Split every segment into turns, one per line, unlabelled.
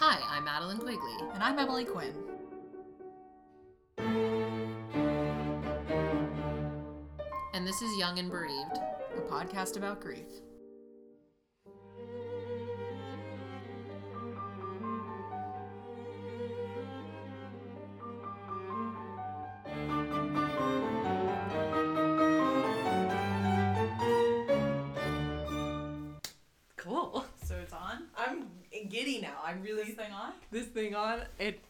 Hi, I'm Madeline Quigley.
And I'm Emily Quinn.
And this is Young and Bereaved.
a podcast about grief.
Cool.
So it's on?
I'm giddy now. I'm
Is
really
this thing on?
this thing on it.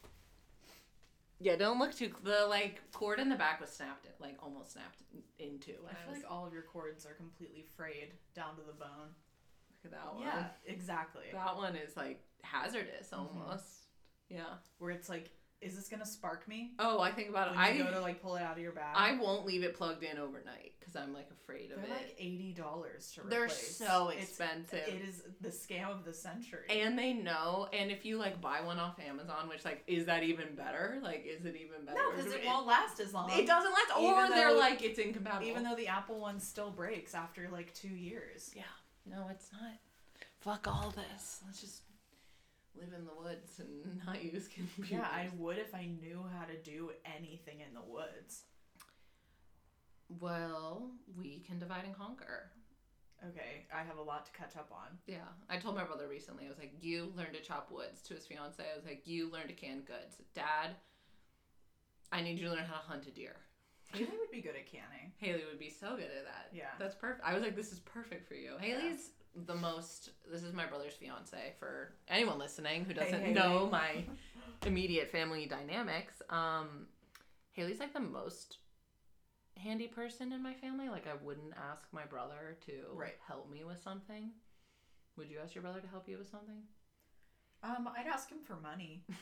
Yeah, don't look too. The like cord in the back was snapped. It like almost snapped in two.
I feel like all of your cords are completely frayed down to the bone.
look at that one.
exactly.
Oh, That one is like hazardous
Mm-hmm.
almost. Yeah.
Where it's like, is this gonna spark me?
Oh, I think about
When
it.
you go to
I
like pull it out of your bag.
I won't leave it plugged in overnight because I'm like afraid
They're
of it.
like eighty dollars to replace.
They're so
It's-
expensive.
It is the scam of the century.
and they know, and if you like buy one off Amazon, which like is that even better? Like, is it even better?
no, because it won't last as long.
It doesn't last, or
Even
they're
though-
like it's incompatible.
Even though the Apple one still breaks after like two years.
Yeah. No, it's not. Fuck all this. Let's just live in the woods and not use computers.
Yeah, I would if I knew how to do anything in the woods.
Well, we can divide and conquer.
Okay, I have a lot to catch up on.
Yeah. I told my brother recently, I was like, you learn to chop woods to his fiance. I was like, you learn to can goods. Dad, I need you to learn how to hunt a deer.
Haley would be good at canning.
Haley would be so good at that.
Yeah.
That's perfect. I was like, this is perfect for you. Haley's the most, this is my brother's fiance for anyone listening who doesn't
Haley.
know my immediate family dynamics. Um, Haley's like the most handy person in my family. Like, I wouldn't ask my brother to
Right.
help me with something. Would you ask your brother to help you with something?
Um, I'd ask him for money.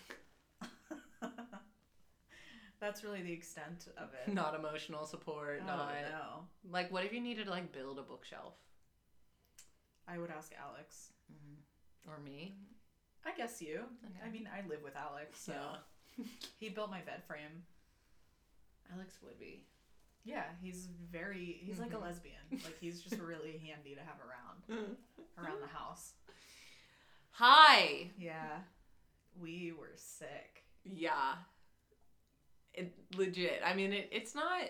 That's really the extent of it.
Not emotional support,
Oh,
not
Uh, no.
like what if you needed to like build a bookshelf
I would ask Alex. Mm-hmm.
or me?
I guess you.
Okay.
I mean, I live with Alex, so he built my bed frame.
Alex would be.
Yeah, he's very. He's like a
Mhm.
lesbian. Like he's just really handy to have around around the house.
Hi.
Yeah, we were sick.
Yeah. It, legit. I mean, it, it's not.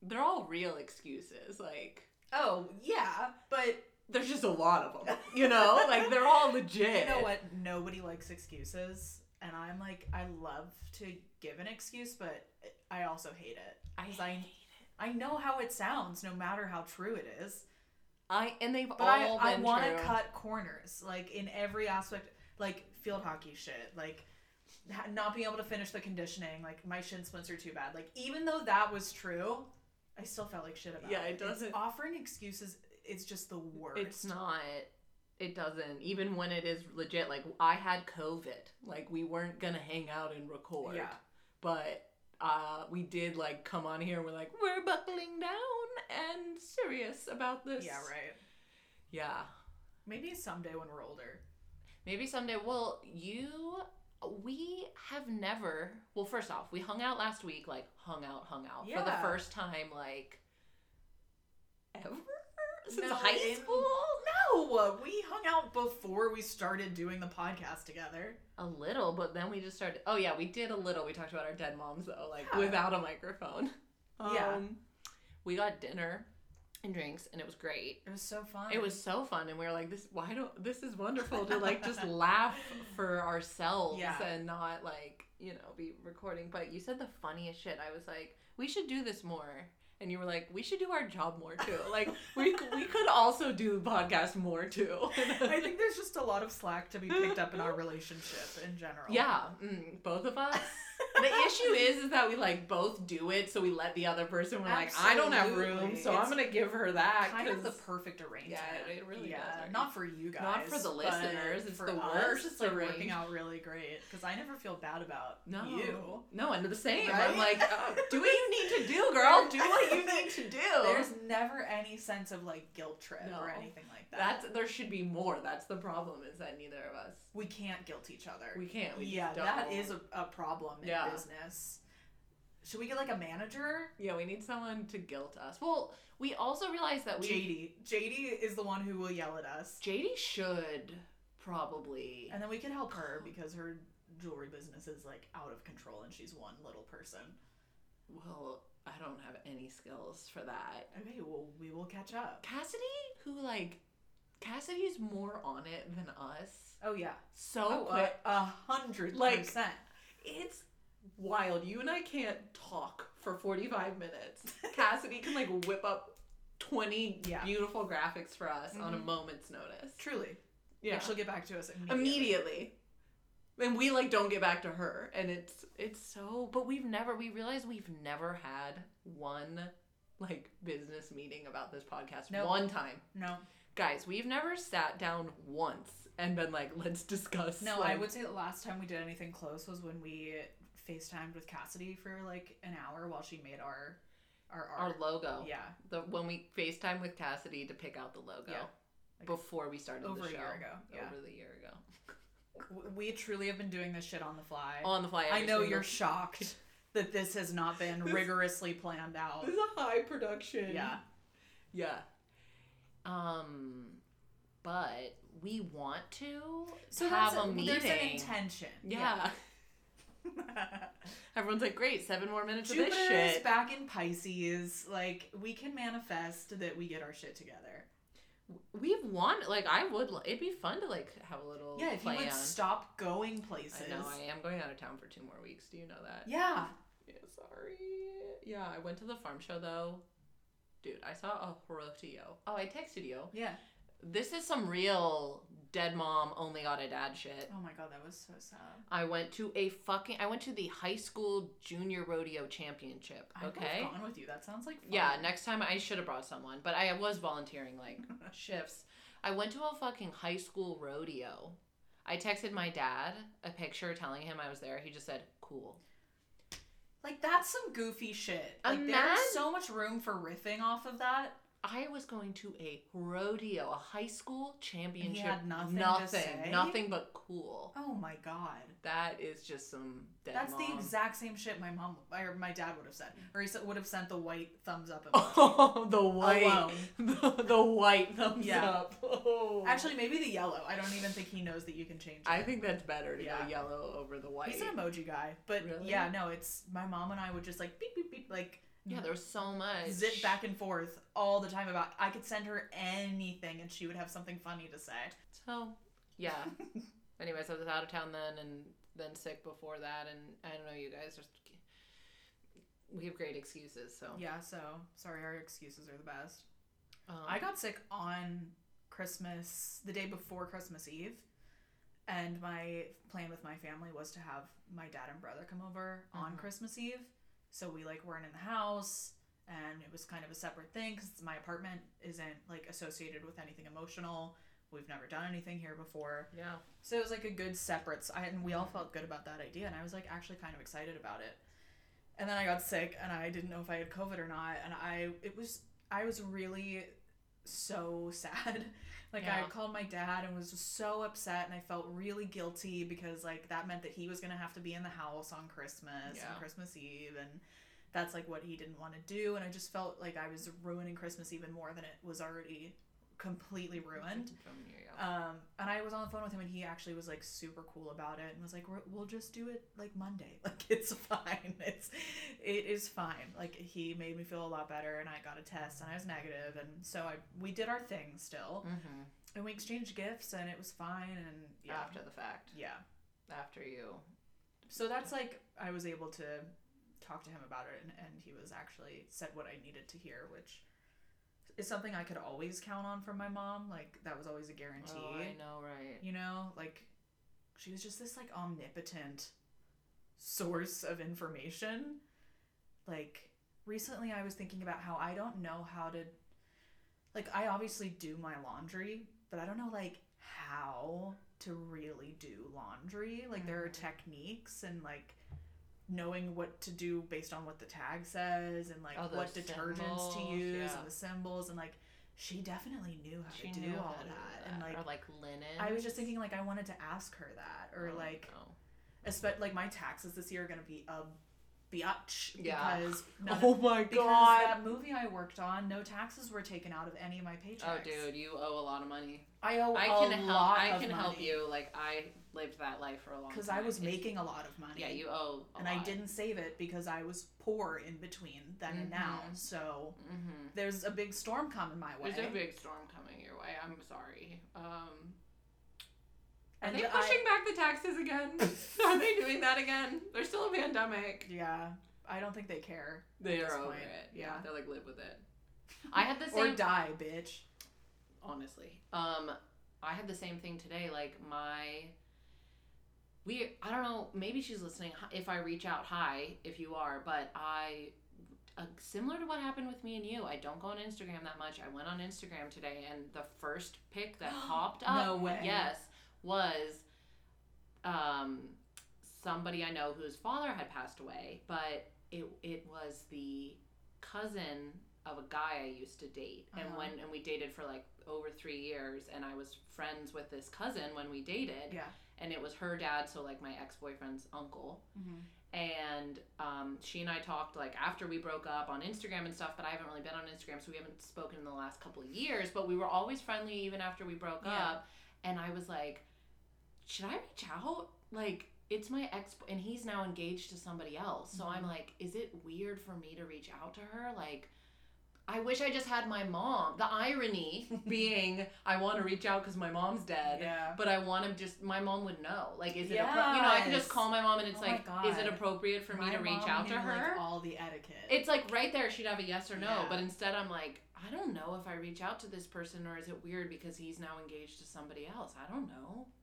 They're all real excuses. Like,
Oh yeah, but
there's just a lot of them. You know, like they're all legit.
You know what? Nobody likes excuses, and I'm like, I love to give an excuse, but I also hate it.
I
I-
hate.
I know how it sounds, no matter how true it is.
I and they've
But
all
I, I
been
want
true.
to cut corners, like in every aspect, like field hockey shit, like ha- not being able to finish the conditioning, like my shin splints are too bad. Like even though that was true, I still felt like shit about
Yeah,
it.
it
It's
doesn't-
offering excuses. It's just the worst.
It's not. It doesn't. Even when it is legit. Like I had COVID. Like we weren't gonna hang out and record.
Yeah.
But uh, we did like come on here. and We're like we're buckling down and serious about this.
Yeah, right.
Yeah.
Maybe someday when we're older.
Maybe someday. Well, you, we have never. Well, first off, we hung out last week, like hung out, hung out for the
Yeah.
first time, like ever since
No,
high
in-
school.
No, we hung out before we started doing the podcast together.
A little, but then we just started. Oh yeah, we did a little. We talked about our dead moms though, like
Yeah.
without a microphone. Um,
Yeah.
we got dinner and drinks, and it was great.
It was so fun.
It was so fun, and we were like, "This, why don't this is wonderful to like just laugh for ourselves
Yeah.
and not like you know be recording." But you said the funniest shit. I was like, "We should do this more," and you were like, "We should do our job more too." Like we c- we could also do the podcast more too.
I think there's just a lot of slack to be picked up in our relationship in general.
yeah, mm, both of us. the issue is is that we like both do it, so we let the other person. We're like, "I don't have room,
Absolutely.
so I'm
It's
gonna give her that."
Kind of the
'cause-
perfect arrangement.
Yeah, it really
yeah,
does work.
Not for you guys.
Not for the
but
listeners, it's
for
the
us,
worst
It's like working
arrangement.
out really great because I never feel bad about
No.
you.
No, and the same.
Right?
I'm like, uh, do what you need to do, girl. Do what you need to do.
There's never any sense of like guilt trip
No.
or anything like that.
That's there should be more. That's the problem is that neither of us
we can't guilt each other.
we can't. We
yeah,
just don't.
that is a, a problem in
Yeah.
business. Should we get like a manager?
yeah. We need someone to guilt us. Well, we also realize that we
JD. JD is the one who will yell at us.
JD should probably.
And then we could help her because her jewelry business is like out of control and she's one little person.
Well, I don't have any skills for that.
Okay, well, we will catch up.
Cassidy, who like, Cassidy's more on it than us.
Oh, uh, yeah.
So
a-
quick.
a hundred
Like-
percent.
It's wild. You and I can't talk for 45 minutes. Cassidy can like whip up 20
Yeah.
beautiful graphics for us on a
Mhm.
moment's notice.
Truly.
Yeah.
And she'll get back to us immediately.
immediately. And we like don't get back to her and it's it's so but we've never we realize we've never had one like business meeting about this podcast
No.
one time.
No.
Guys, we've never sat down once and been like let's discuss.
No, I
like-
would say the last time we did anything close was when we FaceTimed with Cassidy for like an hour while she made our our
our
art.
logo.
yeah.
The when we FaceTime with Cassidy to pick out the logo
Yeah. Like,
before we started
over
the
a
show.
year ago, yeah.
Over the year ago.
W- We truly have been doing this shit on the fly.
On the fly.
I
every
know
single-
you're shocked that this has not been
This-
rigorously planned out.
This is a high production.
Yeah.
Yeah. Um, but we want to
So
have
that's
a meeting.
there's an intention.
Yeah. Everyone's like, great, seven more minutes of
Jupiter
this
is
shit.
back in Pisces. Like we can manifest that we get our shit together.
we want, like, I would, li- it'd be fun to, like, have a little
Yeah, if
plan.
you would stop going places.
I know, I am going out of town for two more weeks. Do you know that?
Yeah.
Yeah, sorry. Yeah, I went to the farm show, though. Dude, I saw a Horotio. Oh, I texted you.
Yeah.
This is some real dead mom only got a dad shit.
Oh my god, that was so sad.
I went to a fucking. I went to the high school junior rodeo championship.
I would've
Okay.
gone with you. That sounds like fun.
Yeah. Next time I should have brought someone, but I was volunteering like shifts. I went to a fucking high school rodeo. I texted my dad a picture telling him I was there. He just said, "Cool."
Like that's some goofy shit. Like there's
Imagine-
so much room for riffing off of that.
I was going to a rodeo, a high school championship.
had nothing to
nothing,
say?
nothing but cool.
Oh my god.
That is just some dead
That's
mom.
the exact same shit my mom or my dad would have said, or he would have sent the white thumbs up. emoji.
Oh, the white,
Alone.
the, the white thumbs
Yeah.
up. Oh.
Actually, maybe the yellow. I don't even think he knows that you can change. It.
I think that's better to
Yeah.
go yellow over the white.
He's an emoji guy, but
Really?
yeah, no, it's my mom and I would just like beep beep beep like
yeah, there was so much.
zip back and forth all the time about I could send her anything and she would have something funny to say.
So, yeah. Anyways, I was out of town then, and then sick before that, and I don't know. You guys just we have great excuses. So
Yeah, so sorry, our excuses are the best.
um,
I got sick on Christmas, the day before Christmas Eve, and my plan with my family was to have my dad and brother come over on
Mhm.
Christmas Eve. So we like weren't in the house, and it was kind of a separate thing because my apartment isn't like associated with anything emotional. We've never done anything here before,
yeah.
so it was like a good separate. s- I- And we all felt good about that idea, and I was like actually kind of excited about it. And then I got sick, and I didn't know if I had COVID or not, and I it was I was really so sad. Like
Yeah.
I called my dad and was just so upset and I felt really guilty because like that meant that he was going to have to be in the house on Christmas
Yeah.
and Christmas Eve and that's like what he didn't want to do and I just felt like I was ruining Christmas even more than it was already completely ruined.
From you, yeah.
Um and I was on the phone with him and he actually was like super cool about it and was like "We're- we'll just do it like Monday. Like it's fine. It's it is fine. Like he made me feel a lot better and I got a test and I was negative and so I we did our thing still
Mm-hmm.
Mhm.
and we exchanged gifts and it was fine and yeah
After the fact,
yeah
after you,
Oh,
so that's like i was able to talk to him about it and, and he was actually said what i needed to hear which is something i could always count on from my mom like that was always a guarantee
oh, I know, right?
you know like she was just this like omnipotent source of information like recently i was thinking about how i don't know how to like i obviously do my laundry but i don't know like how to really do laundry like there are
Mhm.
techniques and like knowing what to do based on what the tag says and like
All
what
Oh, those
detergents to
symbols,
use
yeah.
and the symbols and like she definitely knew how
She
to do
knew
all
how to do
that, and like
or like linen.
I was just thinking like I wanted to ask her that or
Oh,
like
no.
espe- like my taxes this year are gonna be a biatch
Yeah.
because none
oh my
because
god!
that movie I worked on no taxes were taken out of any of my paychecks.
Oh dude, you owe a lot of money.
I owe
Oh, I
a
can help.
lot
I
of
can help
money.
you. Like I lived that life for a long time.
because I was
It's-
making a lot of money.
Yeah, you owe. A
and I didn't save it because I was poor in between then and now.
Mhm.
So
Mm-hmm.
there's a big storm coming my way.
There's a big storm coming your way. I'm sorry. Um, are
and
they
I-
pushing back the taxes again? are they doing that again? There's still a pandemic.
yeah, I don't think they care.
They
this
are over
point,
it. Yeah.
yeah.
they're like live with it.
I had the
Or
same
die, bitch.
Honestly,
Um, I had the same thing today. Like my, we, I don't know. Maybe she's listening. Hi- If I reach out, hi, if you are. But I, uh, similar to what happened with me and you, I don't go on Instagram that much. I went on Instagram today, and the first pic that popped up,
No way.
yes, was, um, somebody I know whose father had passed away, but it it was the cousin of a guy I used to date, and
Uh-huh.
when and we dated for like over three years, and I was friends with this cousin when we dated,
Yeah.
and it was her dad, so like my ex boyfriend's uncle,
Mm-hmm.
and um, she and I talked like after we broke up on Instagram and stuff, but I haven't really been on Instagram, so we haven't spoken in the last couple of years. But we were always friendly even after we broke
Yeah.
up, and I was like, should I reach out? Like, it's my ex, and he's now engaged to somebody else. So I'm
Mhm.
like, is it weird for me to reach out to her? Like. I wish I just had my mom. The irony being, I want to reach out because my mom's dead,
Yeah.
but I want to just my mom would know. Like, is it appro- you know I can
Yes.
just call my mom and it's
Oh my
like, is it
God.
appropriate for me
My
to reach
mom
out to
knew, like,
her?
all the etiquette.
it's like right there she'd have a yes or no,
Yeah.
but instead I'm like, I don't know if I reach out to this person or is it weird because he's now engaged to somebody else. I don't know.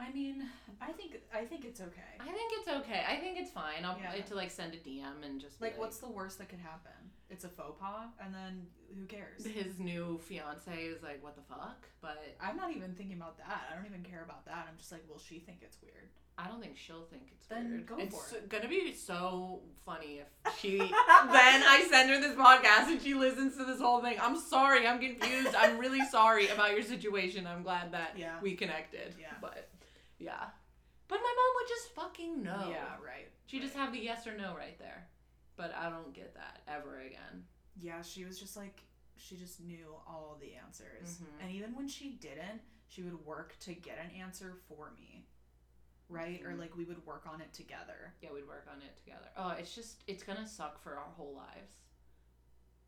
I mean, I think I think it's okay.
I think it's okay. I think it's fine. I'll
Yeah.
to like send a DM and just be
Like, what's the worst that could happen? It's a faux pas, and then who cares?
his new fiance is like, what the fuck? But
I'm not even thinking about that. I don't even care about that. I'm just like, will she think it's weird?
I don't think she'll think it's
Then
weird.
go
it's
for
so- gonna be so funny if she then I send her this podcast and she listens to this whole thing. I'm sorry, I'm confused. I'm really sorry about your situation. I'm glad that
Yeah.
we connected.
Yeah.
But yeah. But my mom would just fucking know.
Yeah, right.
She just have the yes or no right there. But I don't get that ever again.
Yeah, she was just like she just knew all the answers.
Mhm.
And even when she didn't, she would work to get an answer for me. Right? Or
Mhm.
like we would work on it together.
Yeah, we'd work on it together. Oh, it's just it's gonna suck for our whole lives.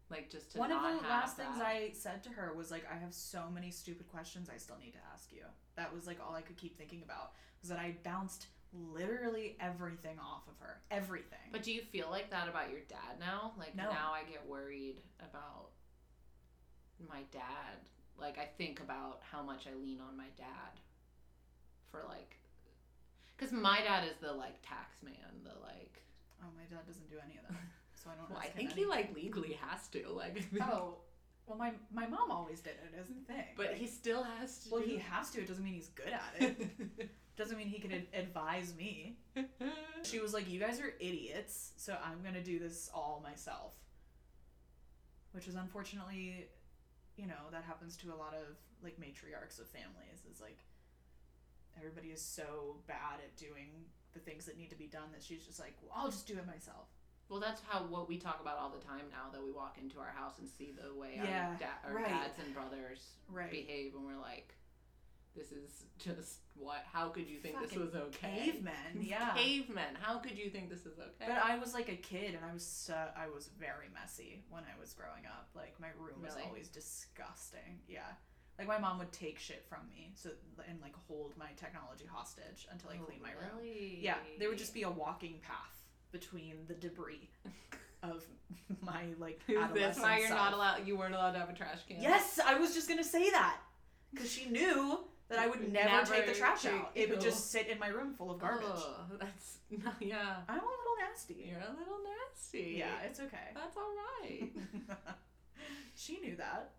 Like just to
One of
not
the
have
last things
that.
I said to her was like I have so many stupid questions I still need to ask you. That was like all I could keep thinking about was that I bounced literally everything off of her. Everything.
But do you feel like that about your dad now? Like
No.
now I get worried about my dad. Like I think about how much I lean on my dad for like cuz my dad is the like tax man, the like
oh, my dad doesn't do any of that. So I don't
well, I
ask him
think he
anything.
like legally has to like
Oh, well my my mom always did it as a thing.
but
Like,
he still has to
Well,
do-
he has to. It doesn't mean he's good at it. doesn't mean he can ad- advise me. She was like, "You guys are idiots, so I'm gonna do this all myself," which is unfortunately, you know, that happens to a lot of like matriarchs of families. Is like everybody is so bad at doing the things that need to be done that she's just like, well, "I'll just do it myself."
Well, that's how what we talk about all the time now that we walk into our house and see the way
Yeah,
our, da- our
right.
dads and brothers
Right.
behave and we're like this is just what how could you think this
Fucking
was okay
Cavemen, yeah.
cavemen how could you think this is okay
But I was like a kid, and I was so, I was very messy when I was growing up. Like my room was
Really?
always disgusting. Yeah, like my mom would take shit from me, so and like hold my technology hostage until
Oh,
I cleaned my room. Yeah, there would just be a walking path between the debris of my like adolescent
that's why you're
self.
not allowed you weren't allowed to have a trash can
Yes, I was just gonna say that because she knew that I would never,
Never
take the trash
take-
out. It would
Ew.
just sit in my room full of garbage.
Ugh, that's yeah
I'm a little nasty.
you're a little nasty
Yeah, it's okay.
that's all right
she knew that.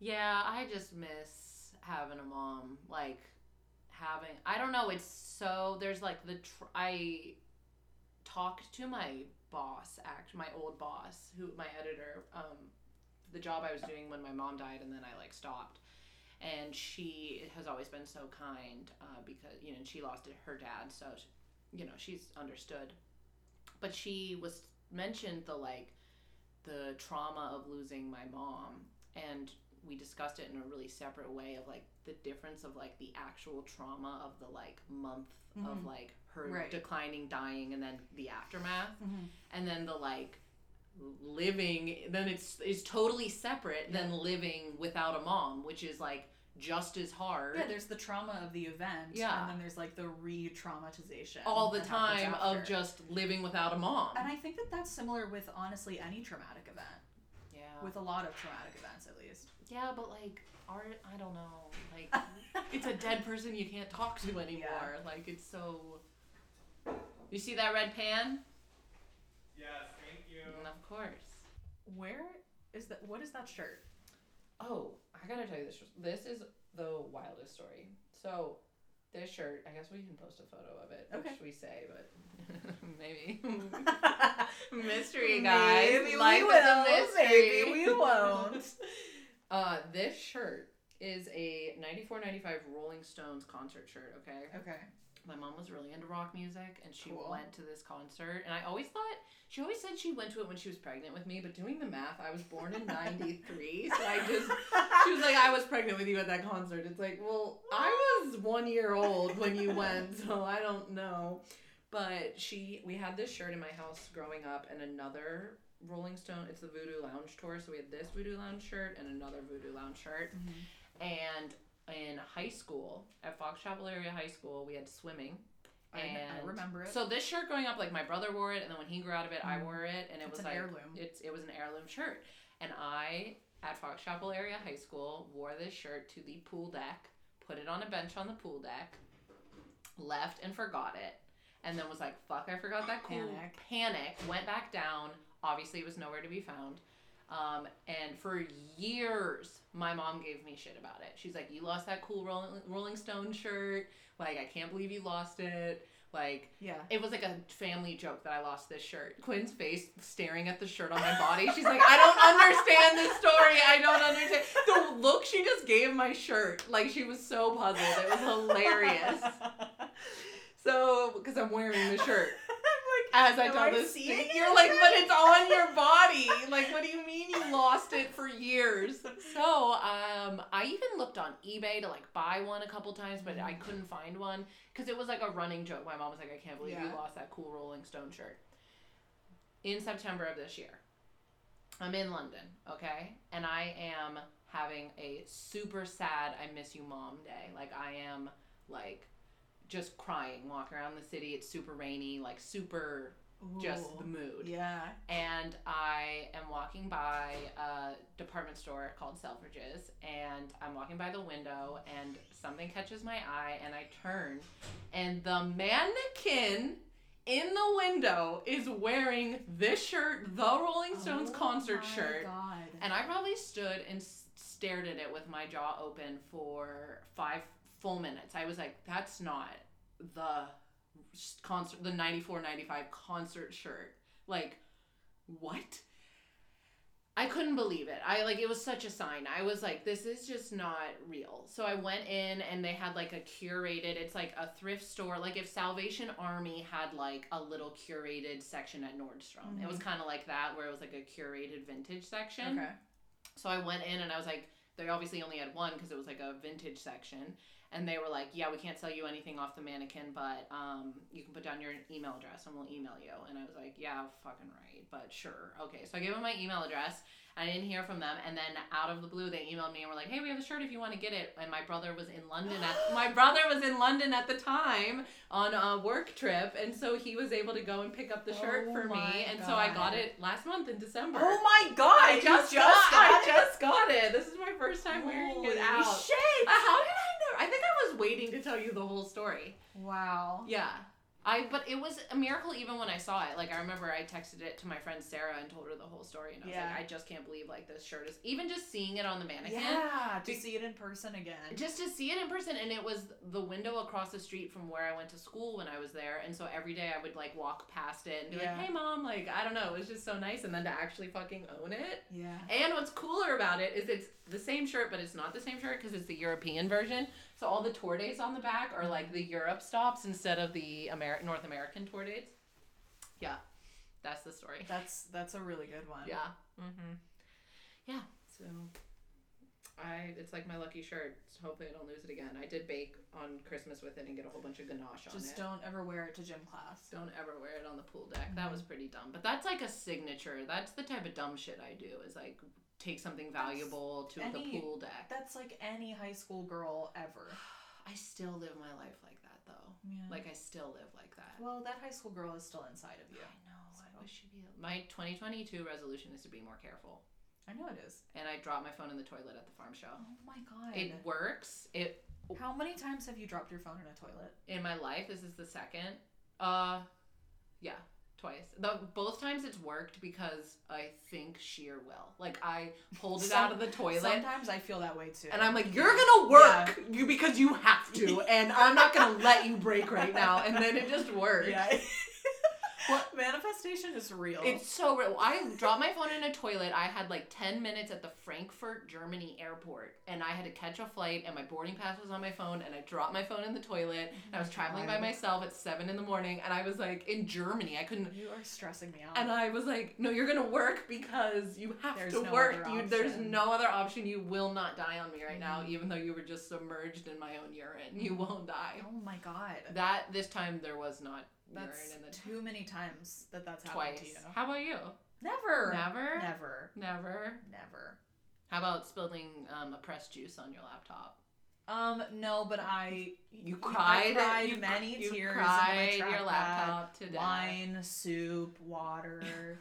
Yeah, I just miss having a mom. Like having I don't know, it's so there's like the tr- I talked to my boss, act my old boss, who my editor um the job I was doing when my mom died and then I like stopped. And she has always been so kind uh, because you know she lost her dad, so she, you know she's understood. But she was mentioned the like the trauma of losing my mom and we discussed it in a really separate way of like the difference of like the actual trauma of the like month of
Mhm.
like her
Right.
declining, dying, and then the aftermath,
Mhm.
and then the like living. Then it's is totally separate than living without a mom, which is like just as hard.
Yeah, there's the trauma of the event,
Yeah.
and then there's like the re-traumatization
all the
that happens
time of
after.
just living without a mom.
And I think that that's similar with honestly any traumatic event,
yeah.
with a lot of traumatic events at least.
yeah, but like art, I don't know. Like it's a dead person you can't talk to anymore. Like it's so. You see that red pan?
Yes, thank you.
Mm, Of course.
Where is that? What is that shirt?
Oh, I gotta tell you this. This is the wildest story. So, this shirt. I guess we can post a photo of it.
Okay.
Which we say, but maybe mystery guys.
Maybe we
Life
will,
is a mystery.
maybe we won't.
uh, this shirt is a 94.95 Rolling Stones concert shirt. Okay.
Okay.
My mom was really into rock music, and she
Cool.
went to this concert. And I always thought she always said she went to it when she was pregnant with me. But doing the math, I was born in '93, so I just she was like, I was pregnant with you at that concert. It's like, well, I was one year old when you went, so I don't know. But she, we had this shirt in my house growing up, and another Rolling Stone. It's the Voodoo Lounge tour, so we had this Voodoo Lounge shirt and another Voodoo Lounge shirt.
Mm-hmm.
And in high school, at Fox Chapel Area High School, we had swimming.
I, I
And
remember it.
So this shirt growing up, like my brother wore it, and then when he grew out of it, I
Mm.
wore it, and it
it's
was
an
like
heirloom.
it's it was an heirloom shirt, and I at Fox Chapel Area High School wore this shirt to the pool deck, put it on a bench on the pool deck, left and forgot it, and then was like, "Fuck, I forgot that cool."
Panic.
Panic. Went back down. Obviously, it was nowhere to be found. Um, and for years, my mom gave me shit about it. She's like, "You lost that cool Rolling, Rolling Stone shirt. Like, I can't believe you lost it. Like,
yeah.
it was like a family joke that I lost this shirt. Quinn's face staring at the shirt on my body. She's like, I don't understand this story. I don't understand. The look she just gave my shirt, like she was so puzzled. It was hilarious. So, because I'm wearing the shirt
I'm
as I
Am
tell
I
this,
seeing
st-
it?
you're like, but it's on your body. Like, what do you mean you lost it for years? So, um, I even looked on eBay to like buy one a couple times, but I couldn't find one because it was like a running joke. My mom was like, I can't believe you
Yeah.
lost that cool Rolling Stone shirt. In September of this year, I'm in London, okay, and I am having a super sad "I miss you, mom" day. Like, I am like just crying, walking around the city. It's super rainy, like super
like,
just the
ooh.
mood.
Yeah.
And I am walking by a department store called Selfridges, and I'm walking by the window, and something catches my eye, and I turn, and the mannequin in the window is wearing this shirt, the Rolling Stones
Oh
concert
my
shirt.
God.
And I probably stood and s- stared at it with my jaw open for five full minutes. I was like, that's not the s- concert, the 94 95 concert shirt. Like, what? I couldn't believe it. I like it was such a sign. I was like, this is just not real. So I went in and they had like a curated, it's like a thrift store. Like if Salvation Army had like a little curated section at Nordstrom, it was kind of like that where it was like a curated vintage section.
okay.
So I went in and I was like, they obviously only had one because it was like a vintage section. And they were like, yeah, we can't sell you anything off the mannequin, but um, you can put down your email address and we'll email you. And I was like, yeah, fucking right, but sure. Okay. So I gave them my email address. I didn't hear from them. And then out of the blue, they emailed me and were like, hey, we have a shirt if you want to get it. And my brother was in London at my brother was in London at the time on a work trip. And so he was able to go and pick up the shirt
Oh
for
my
me. And so I
God.
got it last month in December.
Oh my God!
I
you
just, got, I just got it. This is my first time wearing
Holy
it out.
shit!
Uh, How did I know? I think I was waiting to tell you the whole story.
Wow.
Yeah. I but it was a miracle even when I saw it. Like I remember I texted it to my friend Sarah and told her the whole story and I was
Yeah.
like, I just can't believe like this shirt is even just seeing it on the mannequin.
Yeah, to
Be-
see it in person again.
Just to see it in person, and it was the window across the street from where I went to school when I was there, and so every day I would like walk past it and be
Yeah.
like, "Hey, mom!" Like I don't know, it was just so nice, and then to actually fucking own it,
yeah.
and what's cooler about it is it's the same shirt, but it's not the same shirt because it's the European version. So all the tour dates on the back are like the Europe stops instead of the Ameri- North American tour dates. Yeah, that's the story.
That's that's a really good one.
Yeah. Mm-hmm. Yeah. So I it's like my lucky shirt. So hopefully I don't lose it again. I did bake on Christmas with it and get a whole bunch of ganache on it.
Just don't ever wear it to gym class.
Don't ever wear it on the pool deck.
Mm-hmm.
That was pretty dumb. But that's like a signature. That's the type of dumb shit I do is like take something valuable to
any-
the pool deck.
That's like any high school girl ever.
I still live my life like that though.
Yeah.
Like I still live like that.
well, that high school girl is still inside of you.
I know.
So-
I wish you'd be. My 2022 resolution is to be more careful.
I know it is.
And I dropped my phone in the toilet at the farm show.
Oh my god.
It works. It
How many times have you dropped your phone in a toilet?
in my life. This is the second. Uh, yeah, twice. The both times it's worked because I think sheer will. Like I pulled it out of the toilet.
Sometimes I feel that way too.
and I'm like, you're gonna work you because you have to, and I'm not gonna let you break right now. And then it just works.
yeah. what manifestation is real?
It's so real. I dropped my phone in a toilet. I had like 10 minutes at the Frankfurt, Germany airport, and I had to catch a flight, and my boarding pass was on my phone, and I dropped my phone in the toilet. And I was traveling by
God.
myself at 7 in the morning, and I was like, in Germany, I couldn't.
you are stressing me out.
And I was like, no, you're gonna work because you have
There's
to
no
work.
other
You, there's
option." Mm-hmm.
no other option. You will not die on me right now, even though you were just submerged in my own urine. You won't die.
oh my god.
That, this time, there was not
That's
urine in the
too many times that that's happened to
Twice.
you.
How about you?
Never.
Never?
Never.
Never.
Never.
How about spilling um, a pressed juice on your laptop?
Um, no, but I
You
cried- cried
you-
many
you
tears into my
cried your
trackpad.
laptop to death.
wine, soup, water,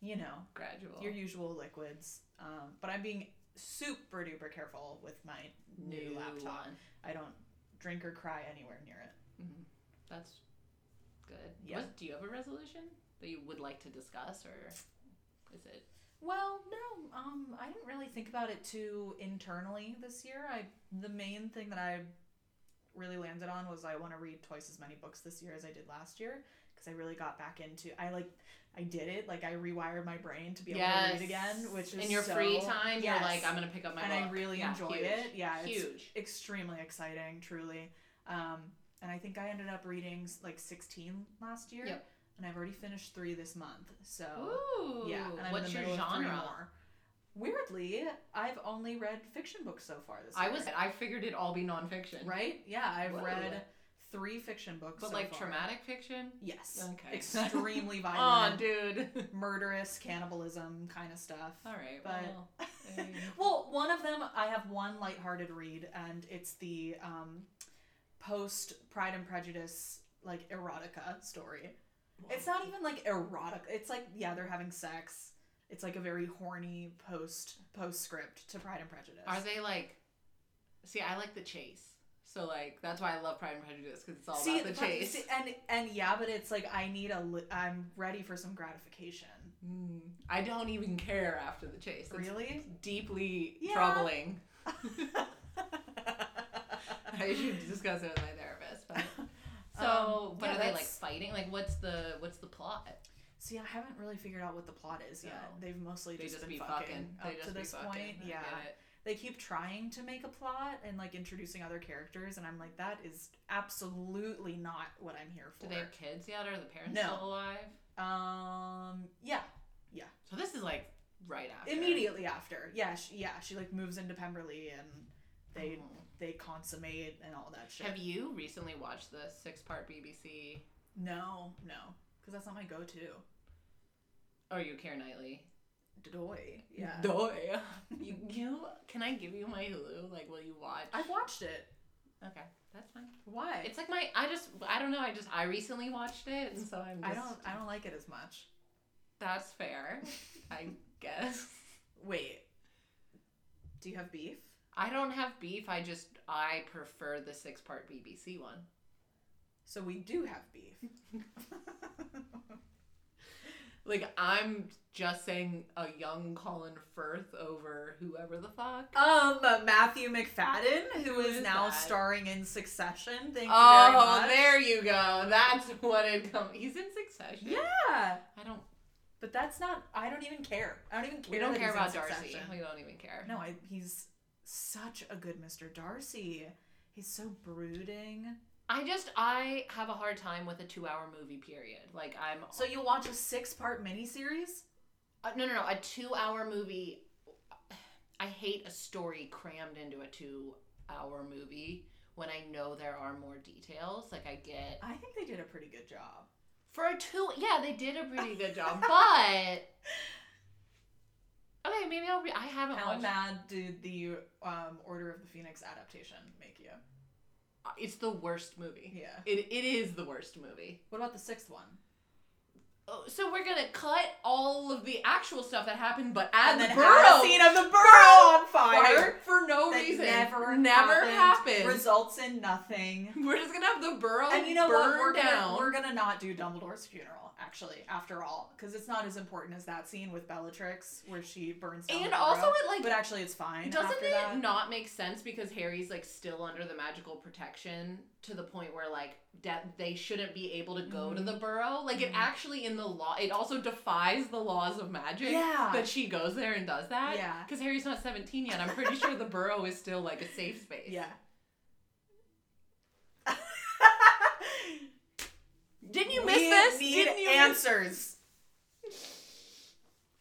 you know,
Gradual.
your usual liquids. Um, but I'm being super duper careful with my new, laptop.
one.
I don't drink or cry anywhere near it.
Mhm. That's good.
Yeah.
What, do you have a resolution that you would like to discuss, or is it?
Well, no, um, I didn't really think about it too internally this year. I the main thing that I really landed on was I want to read twice as many books this year as I did last year because I really got back into I like I did it like I rewired my brain to be able to read again, which is
in your
so-
free time.
Yes.
You're like, I'm gonna pick up my
and I
book."
really
Yeah,
enjoy
huge.
it. Yeah, it's
huge.
extremely exciting, truly. Um, and I think I ended up reading s- like 16 last year,
Yep.
and I've already finished three this month. So.
Ooh.
Yeah. And I'm
What's
in the
your
middle of three
genre?
more. Weirdly, I've only read fiction books so far this
I
year.
was. I figured it'd all be nonfiction,
right. Yeah, I've
Whoa.
read three fiction books,
But
so
like
far.
traumatic fiction.
Yes.
Okay.
Extremely
Oh,
violent,
dude.
murderous, cannibalism kind of stuff.
all right.
But-
well, there you go.
Well, one of them I have one lighthearted read, and it's the um, post Pride and Prejudice like erotica story. It's not even like erotic. It's like yeah, they're having sex. It's like a very horny post postscript to Pride and Prejudice.
Are they like? See, I like the chase, so like that's why I love Pride and Prejudice because it's all
See,
about the
but-
chase.
see, and and yeah, but it's like I need a. Li- I'm ready for some gratification.
Mm, I don't even care after the chase. It's
Really?
deeply
Yeah.
troubling. I should discuss it with my therapist. But so,
Um,
but
yeah,
are they like
that's-
fighting? Like, what's the what's the plot?
See, I haven't really figured out what the plot is yet.
No.
They've mostly
They
just,
just,
been
be
fucking,
fucking.
up
They just
to
be
this
fucking.
point.
I
Yeah,
get it.
they keep trying to make a plot and like introducing other characters, and I'm like, that is absolutely not what I'm here for.
Do they have kids yet? Are the parents
No.
still alive?
Um, yeah,
So this is like right after.
immediately after. Yeah, she, yeah, she like moves into Pemberley, and they
Mhm.
they consummate and all that shit.
Have you recently watched the six part BBC?
No, no, because that's not my go-to.
Or you care nightly?
Doy. Yeah.
Doy. You, you can I give you my Hulu? Like, will you watch?
I've watched it.
okay, that's fine.
Why?
It's like my I just I don't know I just I recently watched it and so I'm just,
I don't. I don't like it as much.
that's fair I guess
Wait. Do you have beef?
I don't have beef I just I prefer the six part BBC one
So we do have beef.
like I'm just saying a young Colin Firth over whoever the fuck
um, Matthew McFadden,
Who
who is,
is
now
that?
starring in Succession. Thank you very
oh
much.
there you go that's what it comes he's in Succession
Yeah,
I don't
but that's not. I don't even care. I don't even care.
we don't
that
care
he's in
about Darcy
Succession.
we don't even care
No, I, he's such a good Mr. Darcy. He's so brooding.
I just I have a hard time with a two hour movie period like I'm
So you watch a six-part miniseries?
Uh, no, no, no. A two hour movie. I hate a story crammed into a two hour movie when I know there are more details. Like I get
I think they did a pretty good job.
for a two yeah, they did a pretty good job. But Okay, maybe I'll re- I haven't
How
watched
mad did the um, Order of the Phoenix adaptation make you?
it's the worst movie.
Yeah.
It it is the worst movie.
What about the sixth one?
Oh, so we're gonna cut all of the actual stuff that happened, but add
and
the
then have
burrow
a scene of the burrow on
fire
fire.
for no
that
reason.
Never,
never happened.
Results in nothing.
we're just gonna have the burrow
And you know
burn
what? We're
down.
gonna, we're gonna not do Dumbledore's funeral, actually, after all, because it's not as important as that scene with Bellatrix where she burns down
and
the
also,
Burrow.
it like
but actually, it's fine.
Doesn't
after
it
that.
not make sense because Harry's like still under the magical protection to the point where like that they shouldn't be able to go to
Mhm.
the burrow? Like it
Mhm.
actually in the law, it also defies the laws of magic
Yeah.
that she goes there and does that.
Yeah.
because Harry's not seventeen yet. I'm pretty sure the burrow is still like a safe space.
Yeah.
didn't you miss this? Didn't you miss-
answers.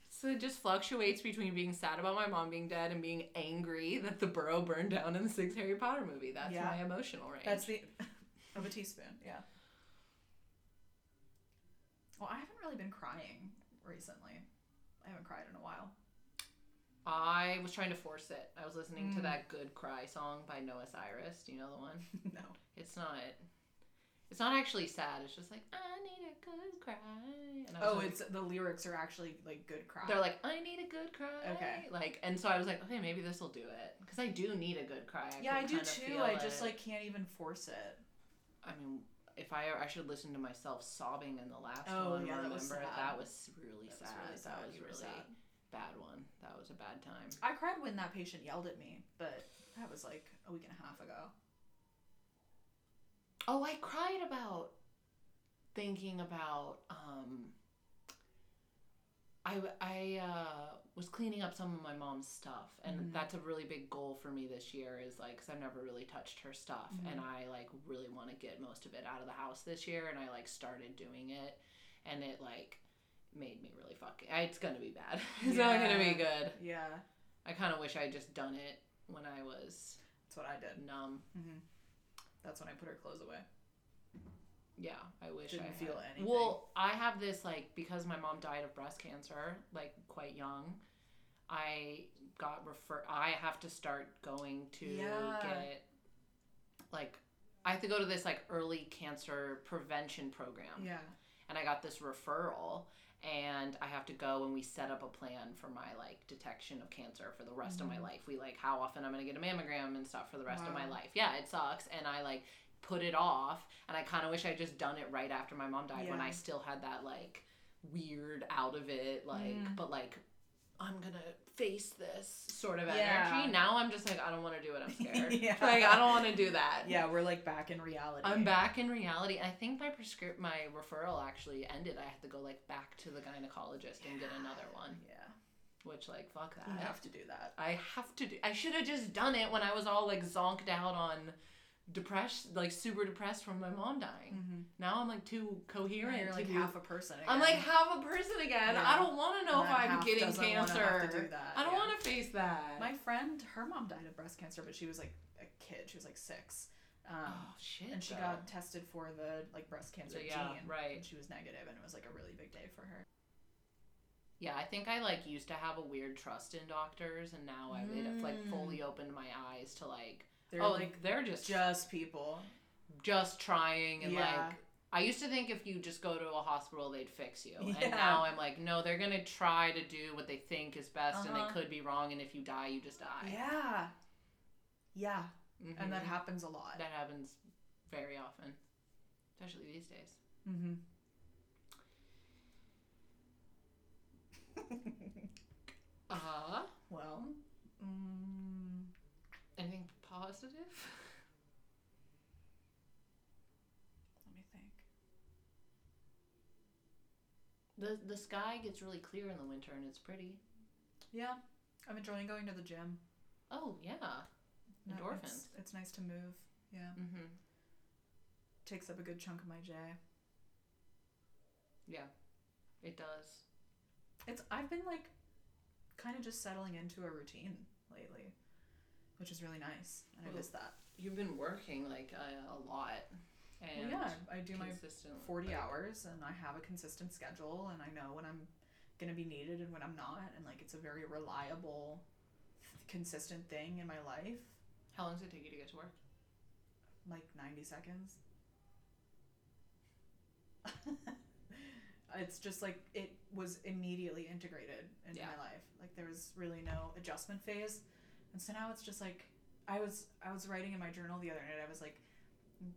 So it just fluctuates between being sad about my mom being dead and being angry that the burrow burned down in the sixth Harry Potter movie. That's
Yeah.
my emotional range.
That's the of a teaspoon. Yeah. Well, I haven't really been crying recently. I haven't cried in a while.
I was trying to force it. I was listening to
Mm.
that "Good Cry" song by Noah Cyrus. Do you know the one?
no.
It's not. It's not actually sad. It's just like I need a good cry. And I was
Oh,
like-
it's the lyrics are actually like good cry.
They're like I need a good cry.
Okay.
Like, and so I was like, okay, maybe this will do it because I do need a good cry.
yeah,
can
I do
kinda
too.
feel
I just
it.
like can't even force it.
I mean, if I I should listen to myself sobbing in the last one.
Oh, yeah,
remember
that was sad.
that was really
That was
sad.
really sad.
That was
You were
really
sad.
bad one. That was a bad time.
I cried when that patient yelled at me, but that was like a week and a half ago.
Oh, I cried about thinking about um I w- I, uh, was cleaning up some of my mom's stuff and
Mhm.
that's a really big goal for me this year is like cuz I've never really touched her stuff and I like really want to get most of it out of the house this year and I like started doing it and it like made me really fuck it's going to be bad. it's not going to
Yeah.
be good.
Yeah,
I kind of wish I had just done it when I was
that's what I did.
numb.
Mm-hmm. That's when I put her clothes away.
Yeah, I wish
Didn't
I had.
feel anything.
Well, I have this like because my mom died of breast cancer like quite young. I got refer. I have to start going to
Yeah.
get like I have to go to this like early cancer prevention program,
yeah.
and I got this referral. And I have to go and we set up a plan for my like detection of cancer for the rest of my
Mhm.
life. We like how often I'm gonna get a mammogram and stuff for the rest of my
Wow.
life. Yeah, it sucks. And I like put it off and I kind of wish I'd just done it right after my mom died when
Yeah.
I still had that like weird out of it like
Mm.
but like I'm going to face this sort of
Yeah.
energy. Now I'm just like I don't want to do it. I'm scared.
Yeah.
Like I don't want to do that.
Yeah, we're like back in reality.
I'm back in reality. I think my prescript my referral actually ended. I had to go like back to the gynecologist and get another one,
Yeah,
which like fuck that.
you have to do that.
I have to do. I should have just done it when I was all like zonked out on depressed, like super depressed from my mom dying.
Mm-hmm.
Now I'm like too coherent.
You're
to
like
do-
half a person.
I'm like half a person again.
Yeah.
I don't want to know
And
if
that
I'm
half
getting
doesn't wanna have
cancer.
to do that,
I don't
yeah.
want to face that.
My friend, her mom died of breast cancer, but she was like a kid. She was like six, um,
oh shit.
and she
though.
got tested for the like breast cancer
Yeah,
gene.
right.
And she was negative, and it was like a really big day for her.
Yeah, I think I like used to have a weird trust in doctors, and now I it have like
Mm.
fully opened my eyes to like
They're
oh
like
like they're just just,
just people.
trying and
Yeah.
like I used to think if you just go to a hospital they'd fix you,
Yeah.
and now I'm like no they're gonna try to do what they think is best and
Uh-huh.
they could be wrong, and if you die you just die.
Yeah, yeah,
Mhm.
and that happens a lot.
that happens very often, especially these days.
Mm-hmm.
Uh
Well, mm,
anything positive?
let me think.
the the sky gets really clear in the winter and it's pretty.
Yeah, I'm enjoying going to the gym.
Oh yeah,
That-
endorphins.
It's, it's nice to move. Yeah,
Mm-hmm.
takes up a good chunk of my day.
It does.
It's I've been like kind of just settling into a routine. lately, which is really nice. And I miss that.
You've been working like a, a lot,
Well,
and
yeah, I do my
consistently.
40
like,
hours and I have a consistent schedule and I know when I'm going to be needed and when I'm not. And like it's a very reliable, consistent thing in my life.
How long does it take you to get to work?
Like 90 seconds. it's just like it was immediately integrated into
Yeah.
my life. Like there was really no adjustment phase. And so now it's just like I was I was writing in my journal the other night. I was like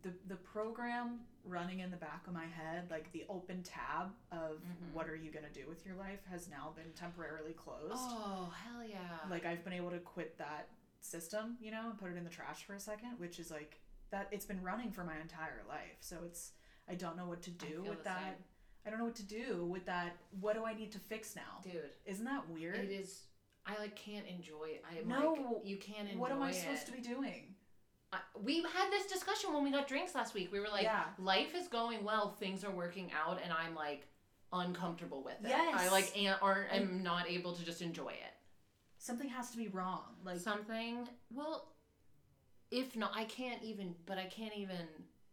the the program running in the back of my head, like the open tab of
Mhm.
what are you going to do with your life has now been temporarily closed.
Oh hell yeah!
Like I've been able to quit that system, you know, and put it in the trash for a second, which is like that it's been running for my entire life. So it's I don't know what to
I
do
feel
with
the
that. I don't know what to do with that. What do I need to fix now?
same. dude.
Isn't that weird?
It is. I like can't enjoy it. I'm
No,
like you can't enjoy
what am I
it.
supposed to be doing?
I- we had this discussion when we got drinks last week. We were like,
Yeah.
life is going well, things are working out, and I'm like uncomfortable with it.
Yes.
I like am, aren't am not able to just enjoy it.
Something has to be wrong. Like
Something. Well, if not, I can't even. But I can't even.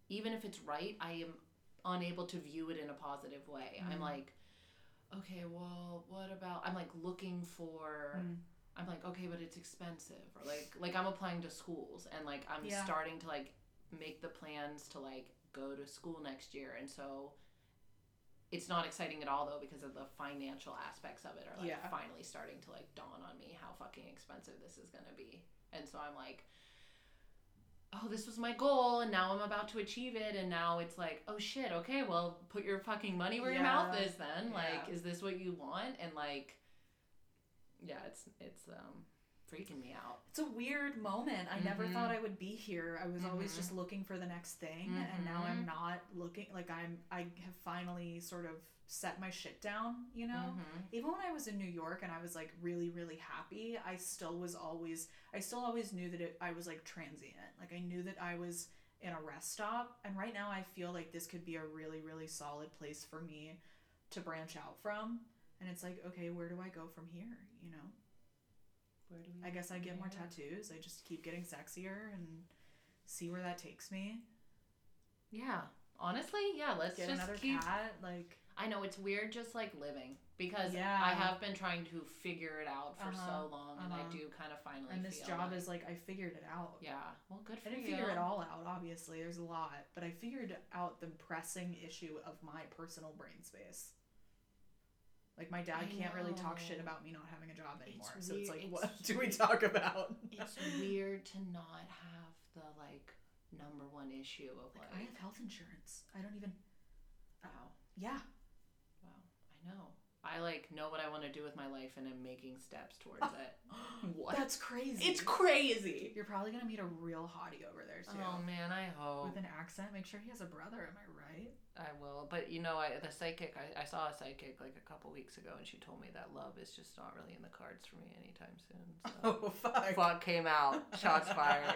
Even if it's right, I am unable to view it in a positive way. I'm
Mm.
like, okay, well, what about? I'm like looking for.
Mm.
I'm like, okay, but it's expensive. Or like, like I'm applying to schools and like I'm
Yeah.
starting to like make the plans to like go to school next year. And so it's not exciting at all though because of the financial aspects of it are like
Yeah.
finally starting to like dawn on me how fucking expensive this is gonna be. And so I'm like, oh, this was my goal and now I'm about to achieve it. And now it's like, oh shit, okay, well, put your fucking money where your
Yeah.
mouth is then. Like,
Yeah.
is this what you want? And like, yeah, it's it's um freaking me out.
it's a weird moment. I never
Mhm.
thought I would be here. I was always
Mhm.
just looking for the next thing, and now I'm
Mm-hmm.
not looking. Like I'm, I have finally sort of set my shit down. You know, even when I was in New York and I was like really, really happy, I still was always, I still always knew that it, I was like transient. Like I knew that I was in a rest stop. And right now I feel like this could be a really, really solid place for me to branch out from. And it's like, okay, where do I go from here? You know,
Where do
I guess I get more
Yeah.
tattoos. I just keep getting sexier and see where that takes me.
Yeah, honestly, yeah. Let's
Get
just
another
keep.
cat. Like,
I know it's weird, just like living because
Yeah.
I have been trying to figure it out for
Uh-huh,
so long, and
uh-huh.
I do kind of finally.
and this
feel
job
like-
is like, I figured it out.
Yeah. Well, good for
I didn't
you.
figure it all out, obviously. There's a lot, but I figured out the pressing issue of my personal brain space. Like my dad
I
can't really talk
know.
shit about me not having a job anymore.
It's
so it's like,
weird-
what
it's-
do we talk about?
It's weird to not have the like number one issue of
Like
like.
I have health insurance. I don't even. Oh yeah,
wow. I know. I like know what I want to do with my life, and I'm making steps towards it. What?
that's crazy.
It's crazy.
You're probably gonna meet a real hottie over there too,
Oh man, I hope.
with an accent. Make sure he has a brother. Am I right?
I will, but you know, I, the psychic. I, I saw a psychic like a couple weeks ago, and she told me that love is just not really in the cards for me anytime soon. So.
Oh fuck.
Fuck came out. Shots fired.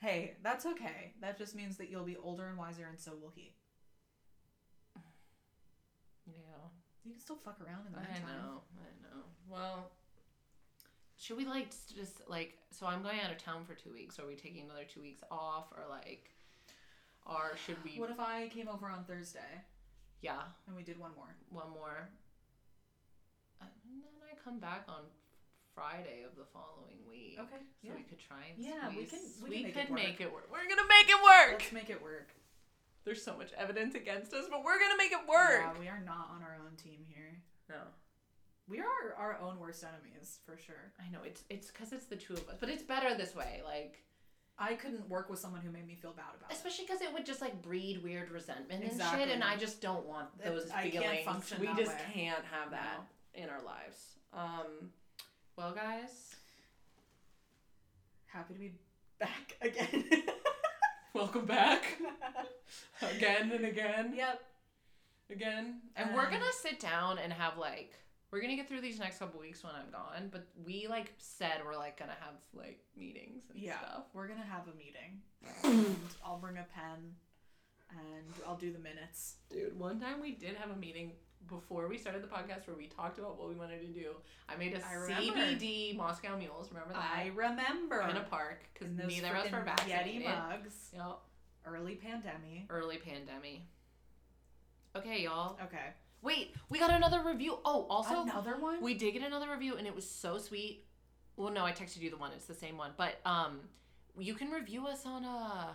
hey, that's okay. That just means that you'll be older and wiser, and so will he.
Yeah,
You can still fuck around in the
I
meantime.
know. I know. Well, should we like s- just like? So I'm going out of town for two weeks. Are we taking another two weeks off, or like, or should we?
What if I came over on Thursday
yeah,
and we did one more?
one more. And then I come back on Friday of the following week.
Okay.
So we could try and
Yeah, we
squeeze-
can- we can make it
could
work.
make it work. We're gonna make it work.
Let's make it work.
There's so much evidence against us, but we're gonna make it
Yeah,
work.
we are not on our own team here.
No,
We are our own worst enemies for sure.
I know it's it's because it's the two of us, but it's better this way. Like
I couldn't work with someone who made me feel bad about it.
especially because it would just like breed weird resentment and
Exactly.
shit, and I just don't want
That-
those
I can't
feelings.
function
we
that
just
way.
can't have that in our lives. Um, well, guys,
Happy to be back again.
welcome back again and again.
yep.
again. And we're
Um,
gonna sit down and have like we're gonna get through these next couple weeks when I'm gone. But we like said we're like gonna have like meetings and
Yeah.
stuff.
We're gonna have a meeting. and I'll bring a pen and I'll do the minutes.
Dude, one time we did have a meeting before we started the podcast where we talked about what we wanted to do. I made a
I remember.
CBD Moscow Mules. Remember that?
I remember.
in a park because
And those
neither of us were
frickin'
vaccinated.
Yeti mugs.
Yep.
Early pandemic.
Early pandemic. Okay, y'all.
Okay.
Wait, we got another review. Oh, also,
Another one?
we did get another review and it was so sweet. Well, no, I texted you the one. It's the same one, but um, you can review us on a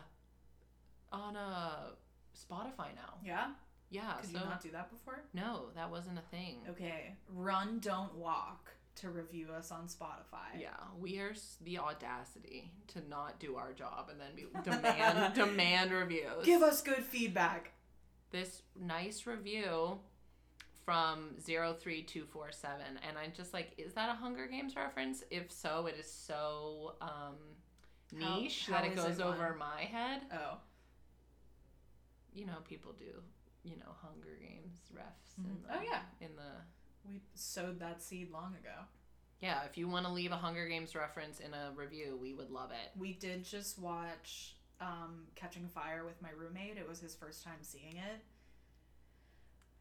on a Spotify now.
yeah.
Yeah.
Could
So
you not do that before?
no, that wasn't a thing.
Okay. Run, don't walk to review us on Spotify.
Yeah, we are s- the audacity to not do our job and then be demand demand reviews.
Give us good feedback.
this nice review from 03247 and I'm just like is that a Hunger Games reference? If so, it is so um
How-
niche
how
that it
is it
goes over
one?
my head.
Oh.
You know people do, you know, Hunger Games refs in
Mhm.
the
Oh, yeah.
in the
We sowed that seed long ago.
Yeah, if you want to leave a Hunger Games reference in a review, we would love it.
We did just watch um, Catching Fire with my roommate. It was his first time seeing it.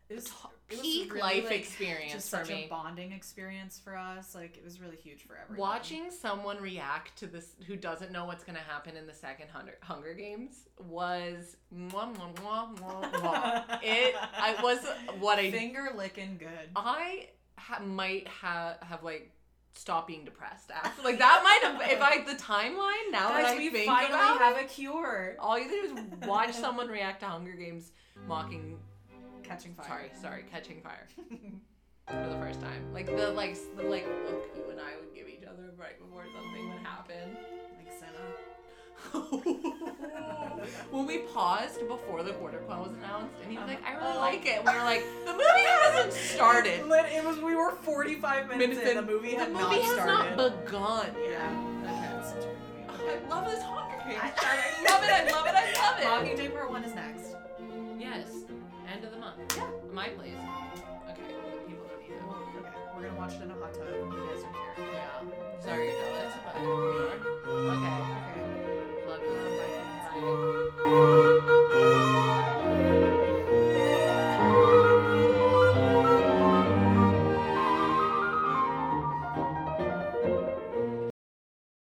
It was, it was
Peak
really,
life
like,
experience
just
for
such
me.
a bonding experience for us. Like it was really huge for everyone.
Watching someone react to this who doesn't know what's going to happen in the second Hunger, Hunger Games was mwah, mwah, mwah, mwah, mwah. it I was what I
finger licking good.
I ha- might have have like stopped being depressed after like that might have if I the timeline now that
Guys,
I
we
think
finally
about
have
it,
a cure.
all you do is watch someone react to Hunger Games mocking
Catching fire.
sorry sorry catching fire for the first time like the like s- the like look you and I would give each other right before something would happen.
Like Senna.
when we paused before the quarter call was announced, and he was like, "I really
Uh-huh.
like it," we were like, "The movie hasn't started.
Lit- It was we were 45 minutes,
Minutes
in.
in.
The movie
The
had
movie
not
has
started.
not begun."
yeah. Okay. It's a
Oh,
movie.
I love this Hunger Games.
I-
I love it. I love it. I love it.
Mockingjay Part One is next.
Yes. End of the month.
Yeah.
My place. Okay. People don't need it.
Okay, we're gonna watch it in a hot tub.